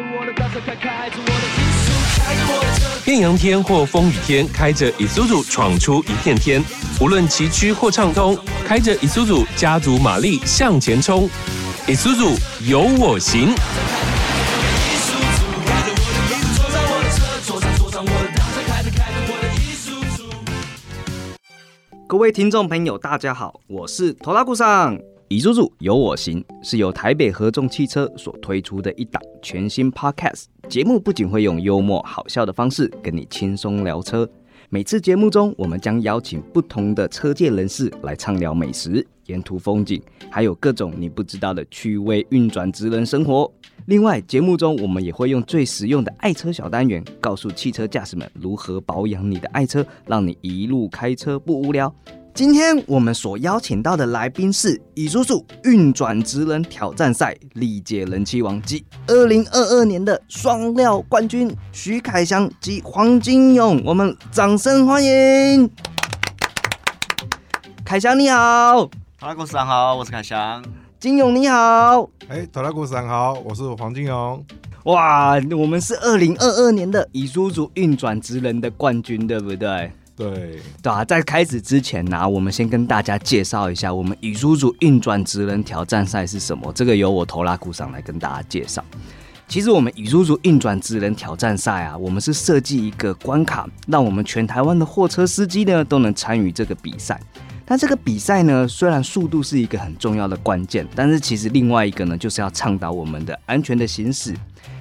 开开着我的艺术，开着我的车。艳阳天或风雨天，开着 Isuzu 闯出一片天。无论崎岖或畅通，开着 Isuzu 家族马力向前冲。Isuzu 有我行。艺术组，开着我的艺术，坐上我的车，坐上坐上我的大车，开着开着我的艺术组。各位听众朋友，大家好，我是头拉顾上。以叔叔有我行是由台北合众汽车所推出的一档全新 Podcast 节目，不仅会用幽默好笑的方式跟你轻松聊车。每次节目中，我们将邀请不同的车界人士来畅聊美食、沿途风景，还有各种你不知道的趣味运转职人生活。另外，节目中我们也会用最实用的爱车小单元，告诉汽车驾驶们如何保养你的爱车，让你一路开车不无聊。今天我们所邀请到的来宾是乙叔叔运转职人挑战赛历届人气王及二零二二年的双料冠军徐凯翔及黄金勇，我们掌声欢迎！凯翔你好，哈喽，公司长好，我是凯翔。金勇你好，哎，头拉股长好，我是黄金荣。哇，我们是二零二二年的乙叔叔运转职人的冠军，对不对？对，对啊，在开始之前呢、啊我们先跟大家介绍一下我们以叔叔运转职人挑战赛是什么。这个由我头拉鼓上来跟大家介绍。其实我们以叔叔运转职人挑战赛啊，我们是设计一个关卡，让我们全台湾的货车司机呢都能参与这个比赛。但这个比赛呢，虽然速度是一个很重要的关键，但是其实另外一个呢，就是要倡导我们的安全的行驶，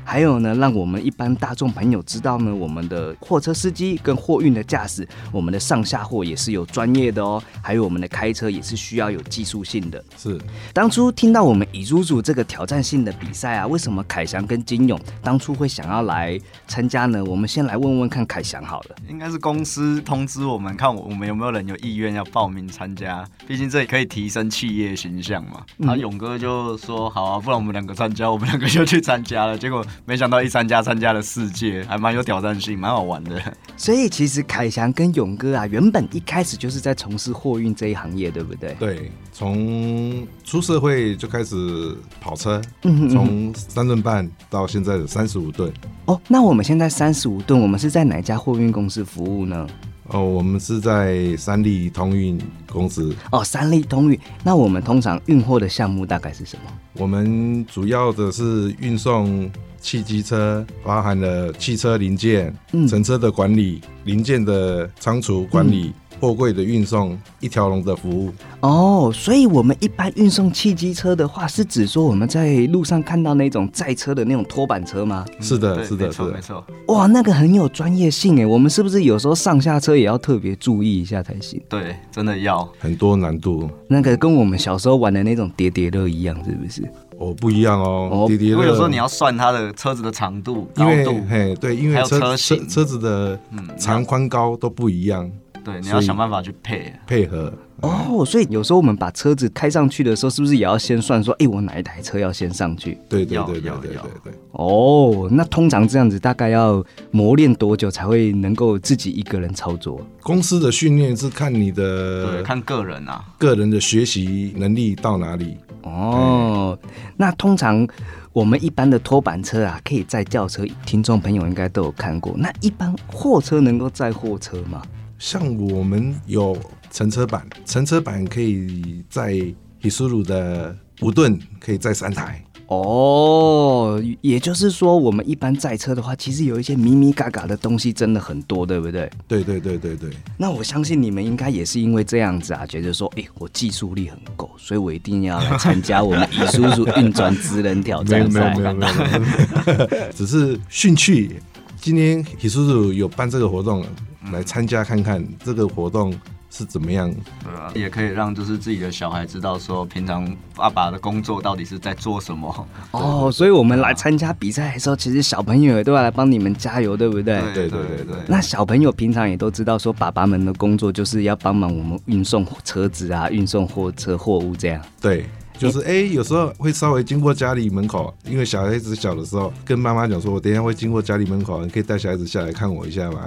还有呢，让我们一般大众朋友知道呢，我们的货车司机跟货运的驾驶，我们的上下货也是有专业的哦，还有我们的开车也是需要有技术性的。是当初听到我们以猪组这个挑战性的比赛啊，为什么凯翔跟金勇当初会想要来参加呢？我们先来问问看凯翔好了。应该是公司通知我们，看我我们有没有人有意愿要报名参加，毕竟这也可以提升企业形象嘛。然后勇哥就说好啊，不然我们两个参加，我们两个就去参加了。结果没想到一参加参加了世界，还蛮有挑战性，蛮好玩的。所以其实凯翔跟勇哥啊，原本一开始就是在从事货运这一行业，对不对？对，从出社会就开始跑车，嗯从三吨半到现在的三十五吨。哦，那我们现在三十五吨，我们是在哪一家货运公司服务呢？哦，我们是在三立通运公司，哦，三立通运。那我们通常运货的项目大概是什么？我们主要的是运送汽机车，包含了汽车零件、嗯乘车的管理、零件的仓储管理、嗯货柜的运送，一条龙的服务。哦，所以我们一般运送汽机车的话，是指说我们在路上看到那种载车的那种拖板车吗？是的，嗯对是的，没是错的没。错。哇，那个很有专业性诶，我们是不是有时候上下车也要特别注意一下才行？对，真的要。很多难度那个跟我们小时候玩的那种叠叠乐一样，是不是？哦，不一样哦哦。滴滴因为有时候乐你要算它的车子的长度、因高为度，嘿，对，因还为有车车车型嗯车子的长宽高都不一样，对，你所要以想办法去配。配合哦，所以有时候我们把车子开上去的时候，是不是也要先算说，诶，哎我哪一台车要先上去？对对要对对要对要对对，哦，那通常这样子大概要磨练多久才会能够自己一个人操作？啊公司的训练是看你对，的看个人啊。个人的学习能力到哪里。哦，那通常我们一般的拖板车啊，可以载轿车，听众朋友应该都有看过。那一般货车能够载货车吗？像我们有乘车板，乘车板可以在 Hisuru 的五吨可以载三台，哦，也就是说，我们一般载车的话，其实有一些迷迷嘎嘎的东西真的很多，对不对？对对对对对，那我相信你们应该也是因为这样子啊，觉得说，诶，我技术力很够，所以我一定要来参加我们乙叔叔运转职人哦挑没有战没赛有没。有没有， 只是兴趣。今天 Hisuru 有办这个活动，来参加看看这个活动是怎么样。对啊，也可以让就是自己的小孩知道说，平常爸爸的工作到底是在做什么。哦，所以我们来参加比赛的时候，其实小朋友也都要来帮你们加油，对不对？ 对对对对对那小朋友平常也都知道，说爸爸们的工作就是要帮忙我们运送车子啊，运送货车货物这样。对，就是哎、诶有时候会稍微经过家里门口，因为小孩子小的时候，跟妈妈讲说，我等一下会经过家里门口，你可以带小孩子下来看我一下吗？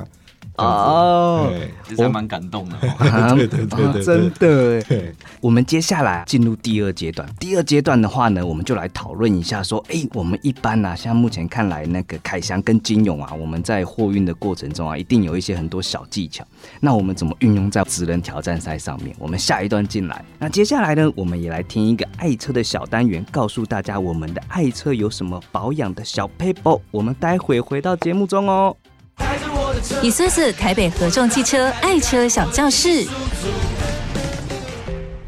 这样子哦，哎其实还蛮感 动的哦、对对对对啊对真的哎。对，我们接下来进入第二阶段。第二阶段的话呢，我们就来讨论一下，说，哎，我们一般啊，像目前看来，那个凯翔跟金勇啊，我们在货运的过程中啊，一定有一些很多小技巧。那我们怎么运用在职人挑战赛上面？我们下一段进来。那接下来呢，我们也来听一个爱车的小单元，告诉大家我们的爱车有什么保养的小 paper。我们待会回到节目中哦。以苏子台北合众汽车爱车小教室。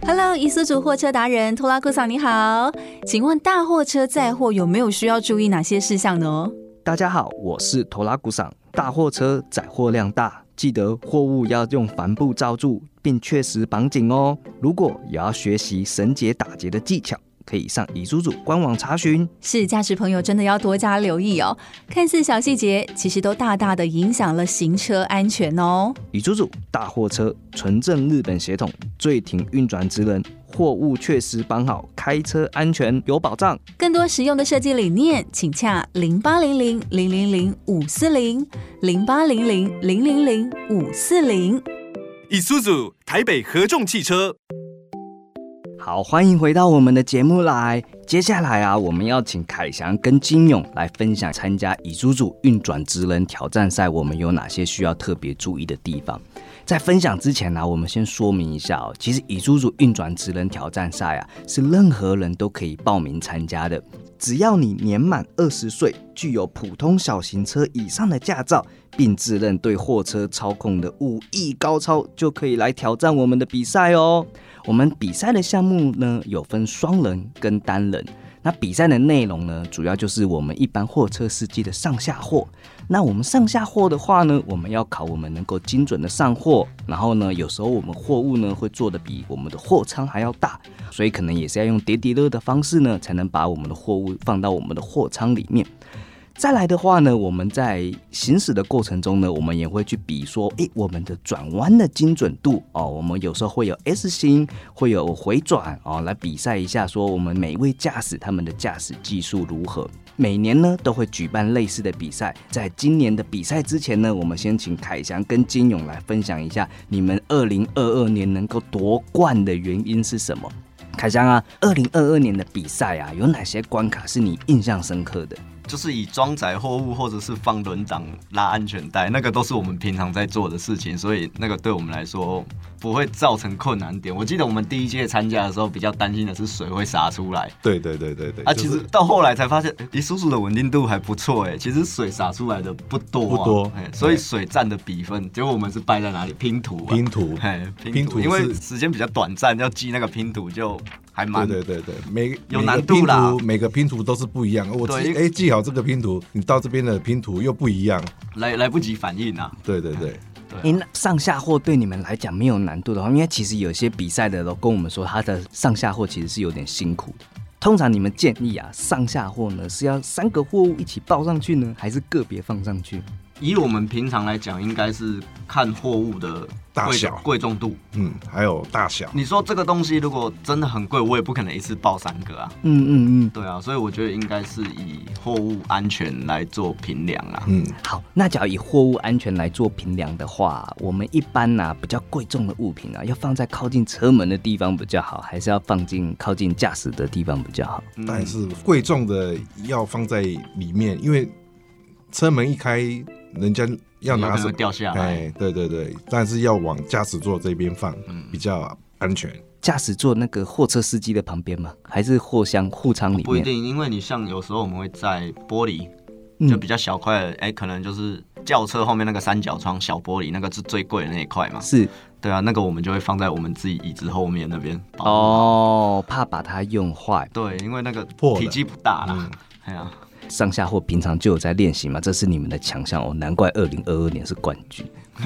Hello，伊斯族货车达人托拉库桑你好，请问大货车载货有没有需要注意哪些事项呢？大家好，我是头拉鼓赏。大货车载货量大，记得货物要用帆布罩住，并确实绑紧哦。如果也要学习绳结打结的技巧，可以上乙叔主官网查询。是驾驶朋友真的要多加留意哦，看似小细节，其实都大大的影响了行车安全哦。乙叔主大货车纯正日本血统，最挺运转职能，货物确实绑好，开车安全有保障。更多实用的设计理念，请洽零八零零零零零五四零零八零零零零零五四零。以苏组台北合众汽车。好，欢迎回到我们的节目来。接下来啊，我们要请凯翔跟金勇来分享参加乙猪组运转职人挑战赛，我们有哪些需要特别注意的地方。在分享之前呢、我们先说明一下哦，其实乙猪组运转职人挑战赛啊，是任何人都可以报名参加的，只要你年满二十岁，具有普通小型车以上的驾照，并自认对货车操控的武艺高超，就可以来挑战我们的比赛哦。我们比赛的项目呢，有分双人跟单人。那比赛的内容呢，主要就是我们一般货车司机的上下货。那我们上下货的话呢，我们要考我们能够精准的上货，然后呢，有时候我们货物呢会做的比我们的货仓还要大，所以可能也是要用叠叠乐的方式呢，才能把我们的货物放到我们的货仓里面。再来的话呢，我们在行驶的过程中呢，我们也会去比说，诶，我们的转弯的精准度哦，我们有时候会有 S 型，会有回转哦，来比赛一下，说我们每一位驾驶他们的驾驶技术如何。每年呢都会举办类似的比赛，在今年的比赛之前呢，我们先请凯翔跟金勇来分享一下你们二零二二年能够夺冠的原因是什么。凯翔啊，二零二二年的比赛啊，有哪些关卡是你印象深刻的？就是以装载货物或者是放轮挡、拉安全带，那个都是我们平常在做的事情，所以那个对我们来说不会造成困难点。我记得我们第一届参加的时候，比较担心的是水会洒出来。对对对对对，啊，就其是实到后来才发现，诶李叔叔的稳定度还不错哎。其实水洒出来的不多、啊，不多诶所以对水占的比分，结果我们是败在哪里？拼图、啊，拼图嘿，拼哎拼图，图因为是时间比较短暂，要记那个拼图就还蛮对对对对，每有每个难度啦拼图每个拼图都是不一样。我对记因为哎记好这个拼图，你到这边的拼图又不一样。来来不及反应啊。对对对，诶，那上下货对你们来讲没有难度的话，因为其实有些比赛的都跟我们说，他的上下货其实是有点辛苦的。通常你们建议啊，上下货呢是要三个货物一起报上去呢，还是个别放上去？以我们平常来讲，应该是看货物的大贵小贵重度。嗯，还有大小，你说这个东西如果真的很贵，我也不可能一次报三个啊。嗯嗯嗯。对啊，所以我觉得应该是以货物安全来做评量啊啦。嗯，好，那假如以货物安全来做评量的话，我们一般呐、比较贵重的物品啊，要放在靠近车门的地方比较好，还是要放进靠近驾驶的地方比较好？嗯但是贵重的要放在里面，因为车门一开，人家要有拿可能什会么掉下来哎，对对对，但是要往驾驶座这边放，比较安全。驾驶座那个货车司机的旁边吗？还是货箱护舱里面？哦嗯不一定，因为你像有时候我们会在玻璃嗯就比较小块的，哎、可能就是轿车后面那个三角窗小玻璃，那个是最贵的那一块嘛。是对啊，那个我们就会放在我们自己椅子后面那边。保护好。哦，怕把它用坏。对，因为那个破了体积不大啦。哎呀、上下货平常就有在练习嘛，这是你们的强项哦，难怪二零二二年是冠军。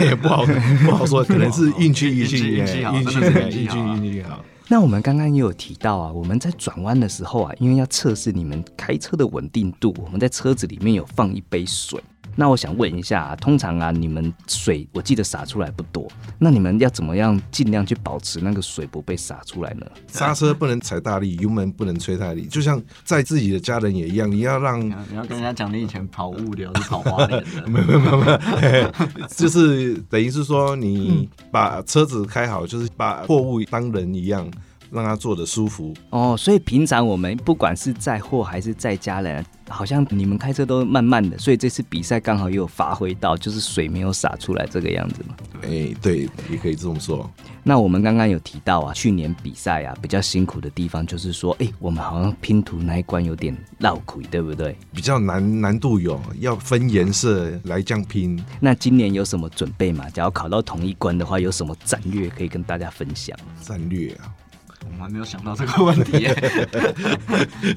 也不好不好说，可能是运气运气运运气好运气真的是哎运气运气好啊运气好。那我们刚刚也有提到啊，我们在转弯的时候啊，因为要测试你们开车的稳定度，我们在车子里面有放一杯水。那我想问一下、通常啊，你们水我记得洒出来不多，那你们要怎么样尽量去保持那个水不被洒出来呢？刹车不能踩大力，油门不能吹太力，就像在自己的家人也一样，你要让你要你要跟人家讲你以前跑 物流是跑花莲的，没有没有没有，嘿嘿就是等于是说你把车子开好，就是把货物当人一样，让它坐的舒服。哦，所以平常我们不管是载货还是载家人，好像你们开车都慢慢的，所以这次比赛刚好也有发挥到，就是水没有洒出来这个样子嘛。哎、对，也可以这么说。那我们刚刚有提到啊，去年比赛啊比较辛苦的地方就是说，哎、我们好像拼图那一关有点绕口，对不对？比较难难度有，要分颜色来这样拼。那今年有什么准备吗？只要考到同一关的话，有什么战略可以跟大家分享？战略啊，我们还没有想到这个问题耶，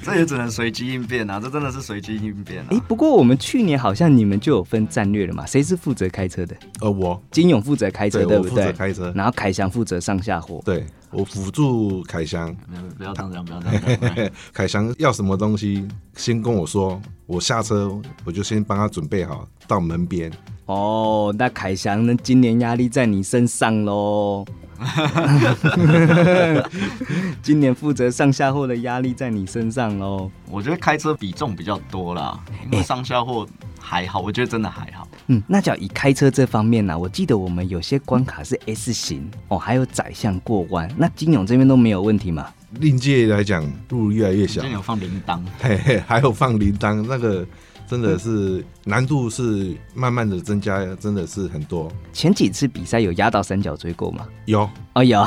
这也只能随机应变啊，这真的是随机应变啊哎、。不过我们去年好像你们就有分战略了嘛，谁是负责开车的？呃，我金勇负责开车，对对我不负对？责开车然后凯翔负责上下货。对我辅助凯翔，没有不要这样，不要这样不要这样。嘿 凯翔要什么东西，先跟我说，我下车我就先帮他准备好到门边。哦，那凯翔呢？今年压力在你身上喽。今年负责上下货的压力在你身上喽。我觉得开车比重比较多啦，因为上下货还好，我觉得真的还好。嗯，那讲以开车这方面呢、啊我记得我们有些关卡是 S 型哦，还有窄向过弯。那金勇这边都没有问题嘛？另界来讲，路越来越今小天，有放铃铛，嘿嘿，还有放铃铛，那个真的是难度是慢慢的增加，真的是很多。前几次比赛有压到三角锥过吗？ 有，哦，有。有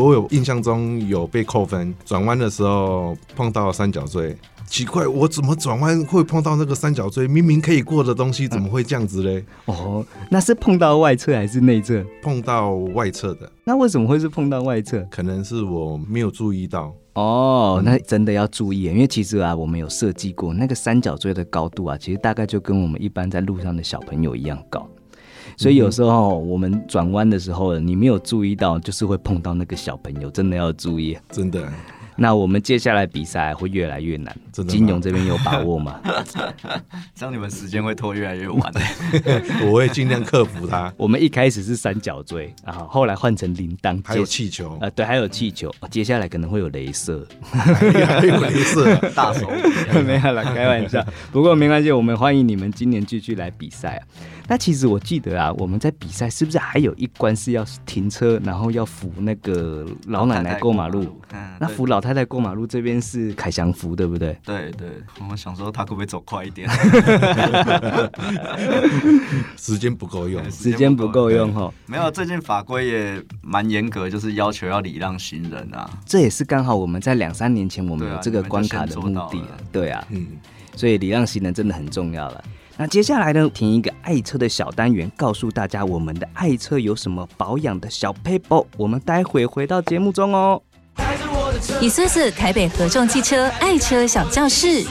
我有印象中有被扣分，转弯的时候碰到三角锥，奇怪，我怎么转弯会碰到那个三角锥？明明可以过的东西，怎么会这样子嘞？ 哦，那是碰到外侧还是内侧？碰到外侧的，那为什么会是碰到外侧？可能是我没有注意到。哦，嗯那真的要注意耶，因为其实啊，我们有设计过那个三角锥的高度啊，其实大概就跟我们一般在路上的小朋友一样高。所以有时候我们转弯的时候，你没有注意到，就是会碰到那个小朋友，真的要注意。 真的，那我们接下来比赛会越来越难，真的吗金勇这边有把握 吗？这样你们时间会拖越来越 晚。我会尽量克服它。 我们一开始是三角锥啊，后来换成铃铛，还有接气球，啊，对，还有气球，接下来可能会有镭射。 还有镭 射，大手 笔没有啦，开玩笑。不过没关系，我们欢迎你们今年继续来比赛啊。那其实我记得啊，我们在比赛是不是还有一关是要停车，然后要扶那个老奶奶过马路？，嗯那对扶老太太过马路这边是凯翔扶，对不对？对对，我想说他可不可以走快一点？ 时间不够用。时间不够用哈，没有，最近法规也蛮严格，就是要求要礼让行人啊。这也是刚好我们在两三年前我们对啊有这个关卡的目你们就的先做到了，对啊，嗯，所以礼让行人真的很重要了。那接下来呢，填一个爱车的小单元，告诉大家我们的爱车有什么保养的小 paper。我们待会回到节目中哦。以苏子台北合众汽车爱车小教室。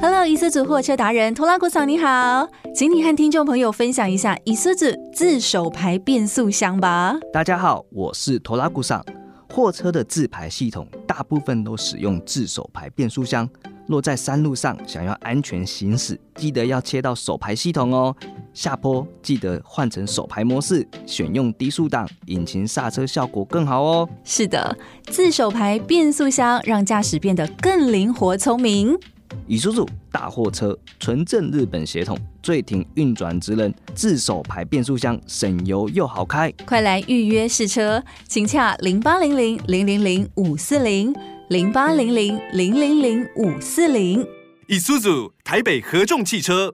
Hello，伊斯组货车达人拖拉古桑你好，请你和听众朋友分享一下伊斯子自手排变速箱吧。大家好，我是拖拉古上。货车的自排系统大部分都使用自手排变速箱。落在山路上，想要安全行驶，记得要切到手排系统哦。下坡记得换成手排模式，选用低速档，引擎刹车效果更好哦。是的，自手排变速箱让驾驶变得更灵活聪明。以叔叔大货车纯正日本血统，最挺运转直人，自手排变速箱，省油又好开。快来预约试车，请洽零八零零零零零五四零零八零零零零零五四零。以苏组台北合众汽车。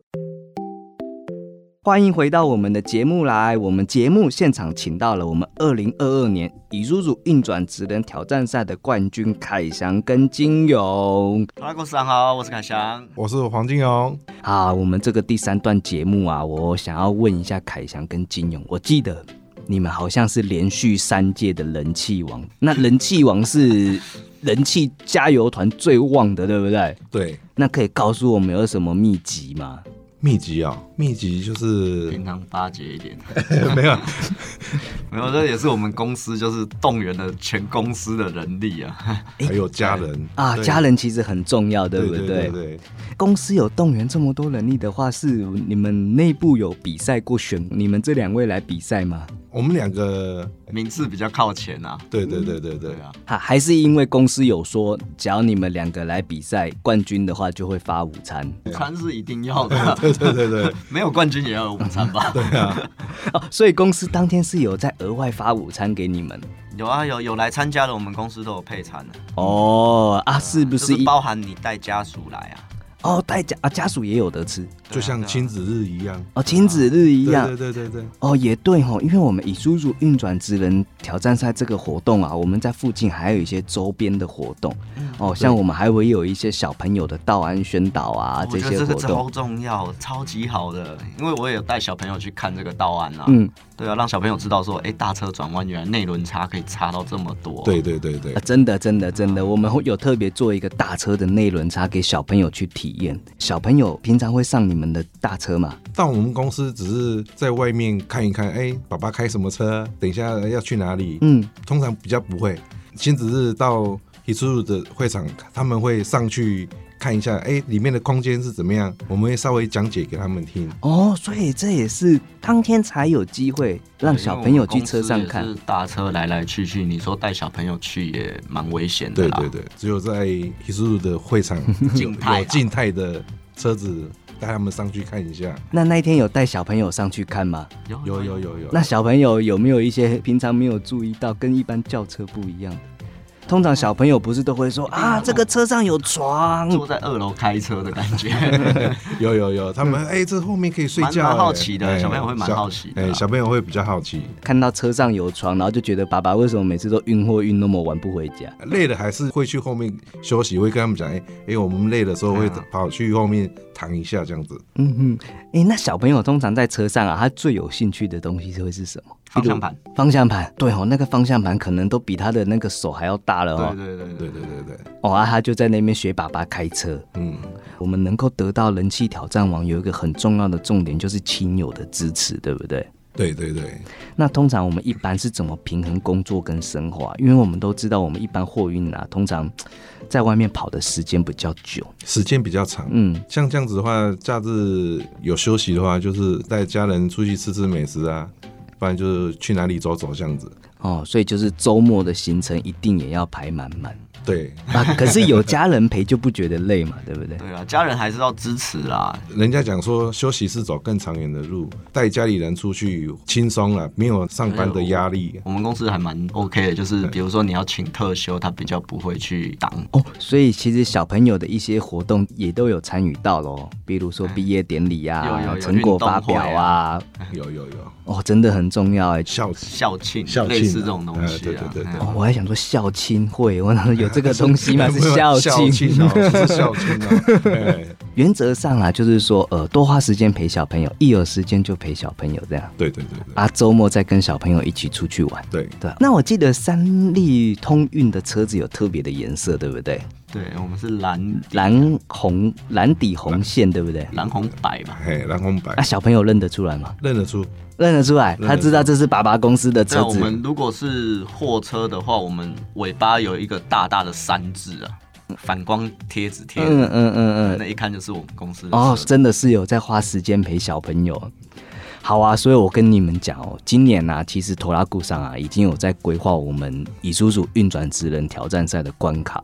欢迎回到我们的节目来。我们节目现场请到了我们二零二二年以叔叔运转职人挑战赛的冠军凯翔跟金勇。拉哥上好，我是凯翔。我是黄金荣，啊，我们这个第三段节目啊，我想要问一下凯翔跟金勇，我记得你们好像是连续三届的人气王，那人气王是人气加油团最旺的，对不对？对，那可以告诉我们有什么秘籍吗？秘籍啊、秘籍就是平常巴结一点。没 有，哎没有，这也是我们公司就是动员了全公司的人力啊。 还有家人啊，对家人其实很重要，对对不对对对，公司有动员这么多人力的话，是你们内部有比赛过选你们这两位来比赛吗？我们两个，名次比较靠前啊。对对对对对对，啊，还还是因为公司有说，只要你们两个来比赛，冠军的话就会发午餐餐是一定要的，对对对啊对，没有冠军也要有午餐吧？哦，所以公司当天是有在额外发午餐给你们有啊，有有来参加的，我们公司都有配餐的、哦啊，是不就是是一包含你带家属来啊，哦带家啊家属也有得吃就像亲子日一样，哦，亲子啊日一样对对对对对，哦，也对吼，因为我们以叔叔运转职人挑战赛这个活动啊，我们在附近还有一些周边的活动、哦，像我们还会有一些小朋友的道安宣导啊我这些觉得这活动个超。重要，超级好的，因为我也有带小朋友去看这个道安啊。嗯，对啊，让小朋友知道说，哎、大车转弯原来内轮差可以差到这么多。对对对对啊，，真的，真的，真的，我们会有特别做一个大车的内轮差给小朋友去体验。小朋友平常会上你们的大车吗？到我们公司只是在外面看一看，哎、爸爸开什么车，等一下哎要去哪里，嗯，通常比较不会，亲子日到 Hitsuru 的会场，他们会上去看一下，哎、里面的空间是怎么样，我们会稍微讲解给他们听。哦，所以这也是当天才有机会对，让小朋友去车上因为我们看。公司也是大车来来去去，你说带小朋友去也蛮危险的对啦。对对，只有在 Hitsuru 的会场有 静态啊有静态的车子带他们上去看一下，那那一天有带小朋友上去看吗？有有有有，那小朋友有没有一些平常没有注意到，跟一般轿车不一样的？通常小朋友不是都会说啊，这个车上有床，坐在二楼开车的感 觉，有有有，他们哎、这后面可以睡嗯觉、蛮哎蛮好奇的哎小朋友会蛮小好奇的哎、啦小朋友会比较好奇，看到车上有床，然后就觉得爸爸为什么每次都运货运那么晚不回家？累了还是会去后面休息，会跟他们讲，哎、哎、我们累的时候会对啊跑去后面躺一下这样子。嗯哼，诶，那小朋友通常在车上啊，他最有兴趣的东西是会是什么？方向盘。方向盘，对哦，那个方向盘可能都比他的那个手还要大了哦。对对对对对对对对，哦啊，他就在那边学爸爸开车。嗯，我们能够得到人气挑战王有一个很重要的重点，就是亲友的支持，对不对？对对对。那通常我们一般是怎么平衡工作跟生活、啊？因为我们都知道，我们一般货运啊，通常在外面跑的时间比较久。时间比较长。嗯，像这样子的话，假日有休息的话，就是带家人出去吃吃美食啊，不然就是去哪里走走这样子。哦，所以就是周末的行程一定也要排满满 对，啊。可是有家人陪就不觉得累嘛，对不对？对啊，家人还是要支持啦。人家讲说休息是走更长远的路，带家里人出去轻松了，没有上班的哎压力。我们公司还蛮 OK 的，就是比如说你要请特休，他比较不会去挡。哦，所以其实小朋友的一些活动也都有参与到喽，比如说毕业典礼啊、哎有有有成果发表运动会啊，有有有，哦，真的很重要哎。孝子校庆，孝类庆似这种东西啊啊，对对对对哦，我还想说校庆会，我想说有这个东西 吗？是校孝庆。亲啊哦，是孝亲哦。哎原则上啊，就是说，呃，多花时间陪小朋友，一有时间就陪小朋友这样对对对对啊，周末再跟小朋友一起出去玩。对，对，啊那我记得三立通运的车子有特别的颜色，对不对？对我们是蓝蓝红蓝底红线，对不对？蓝红白吧。嘿，蓝红白那小朋友认得出来吗？认得出，认得出来，得出他知道这是爸爸公司的那车啊我子。们如果是货车的话，我们尾巴有一个大大的三字啊，反光贴纸贴嗯的，嗯嗯那嗯，一看就是我们公司的哦，车真的是有在花时间陪小朋友。好啊，所以我跟你们讲哦，今年啊，其实头拉固上啊，已经有在规划我们以叔叔运转职人挑战赛的关卡。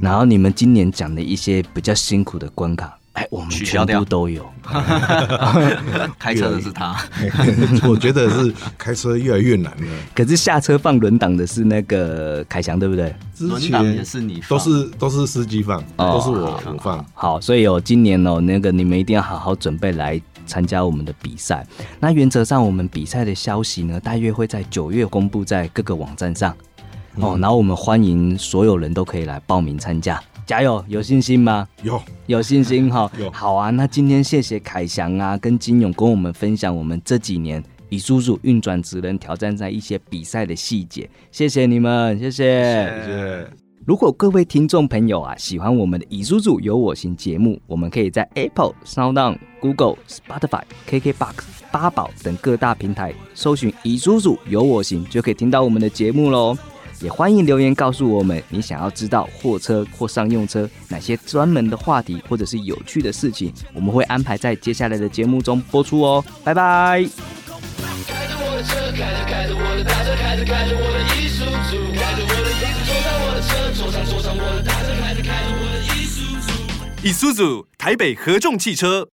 然后你们今年讲的一些比较辛苦的关卡，哎，我们取全消掉部都有。 开车的是他，我觉得是开车越来越难了。可是下车放轮挡的是那个凯翔，对不对？之轮挡也前是你都放，是都是司机放，都是我我放。哦好，所以哦，今年哦，那个你们一定要好好准备来参加我们的比赛。那原则上，我们比赛的消息呢，大约会在九月公布在各个网站上哦。然后我们欢迎所有人都可以来报名参加，加油！有信心吗？有， 有信心哈、有好啊，那今天谢谢凯翔啊，跟金勇跟我们分享我们这几年以叔叔运转职人挑战赛一些比赛的细节，谢谢你们，谢谢谢谢。如果各位听众朋友啊喜欢我们的《以叔叔有我行》节目，我们可以在 Apple、SoundOn、Google、Spotify、KKBox、八宝等各大平台搜寻《以叔叔有我行》，就可以听到我们的节目喽。也欢迎留言告诉我们，你想要知道货车或商用车哪些专门的话题或者是有趣的事情，我们会安排在接下来的节目中播出哦。拜拜。开着我的车，开着开着我的大车，开着开着我的艺术组，开着我的坐上我的车，坐上坐上我的大车，开着开着我的艺术组。 Isuzu 台北合众汽车。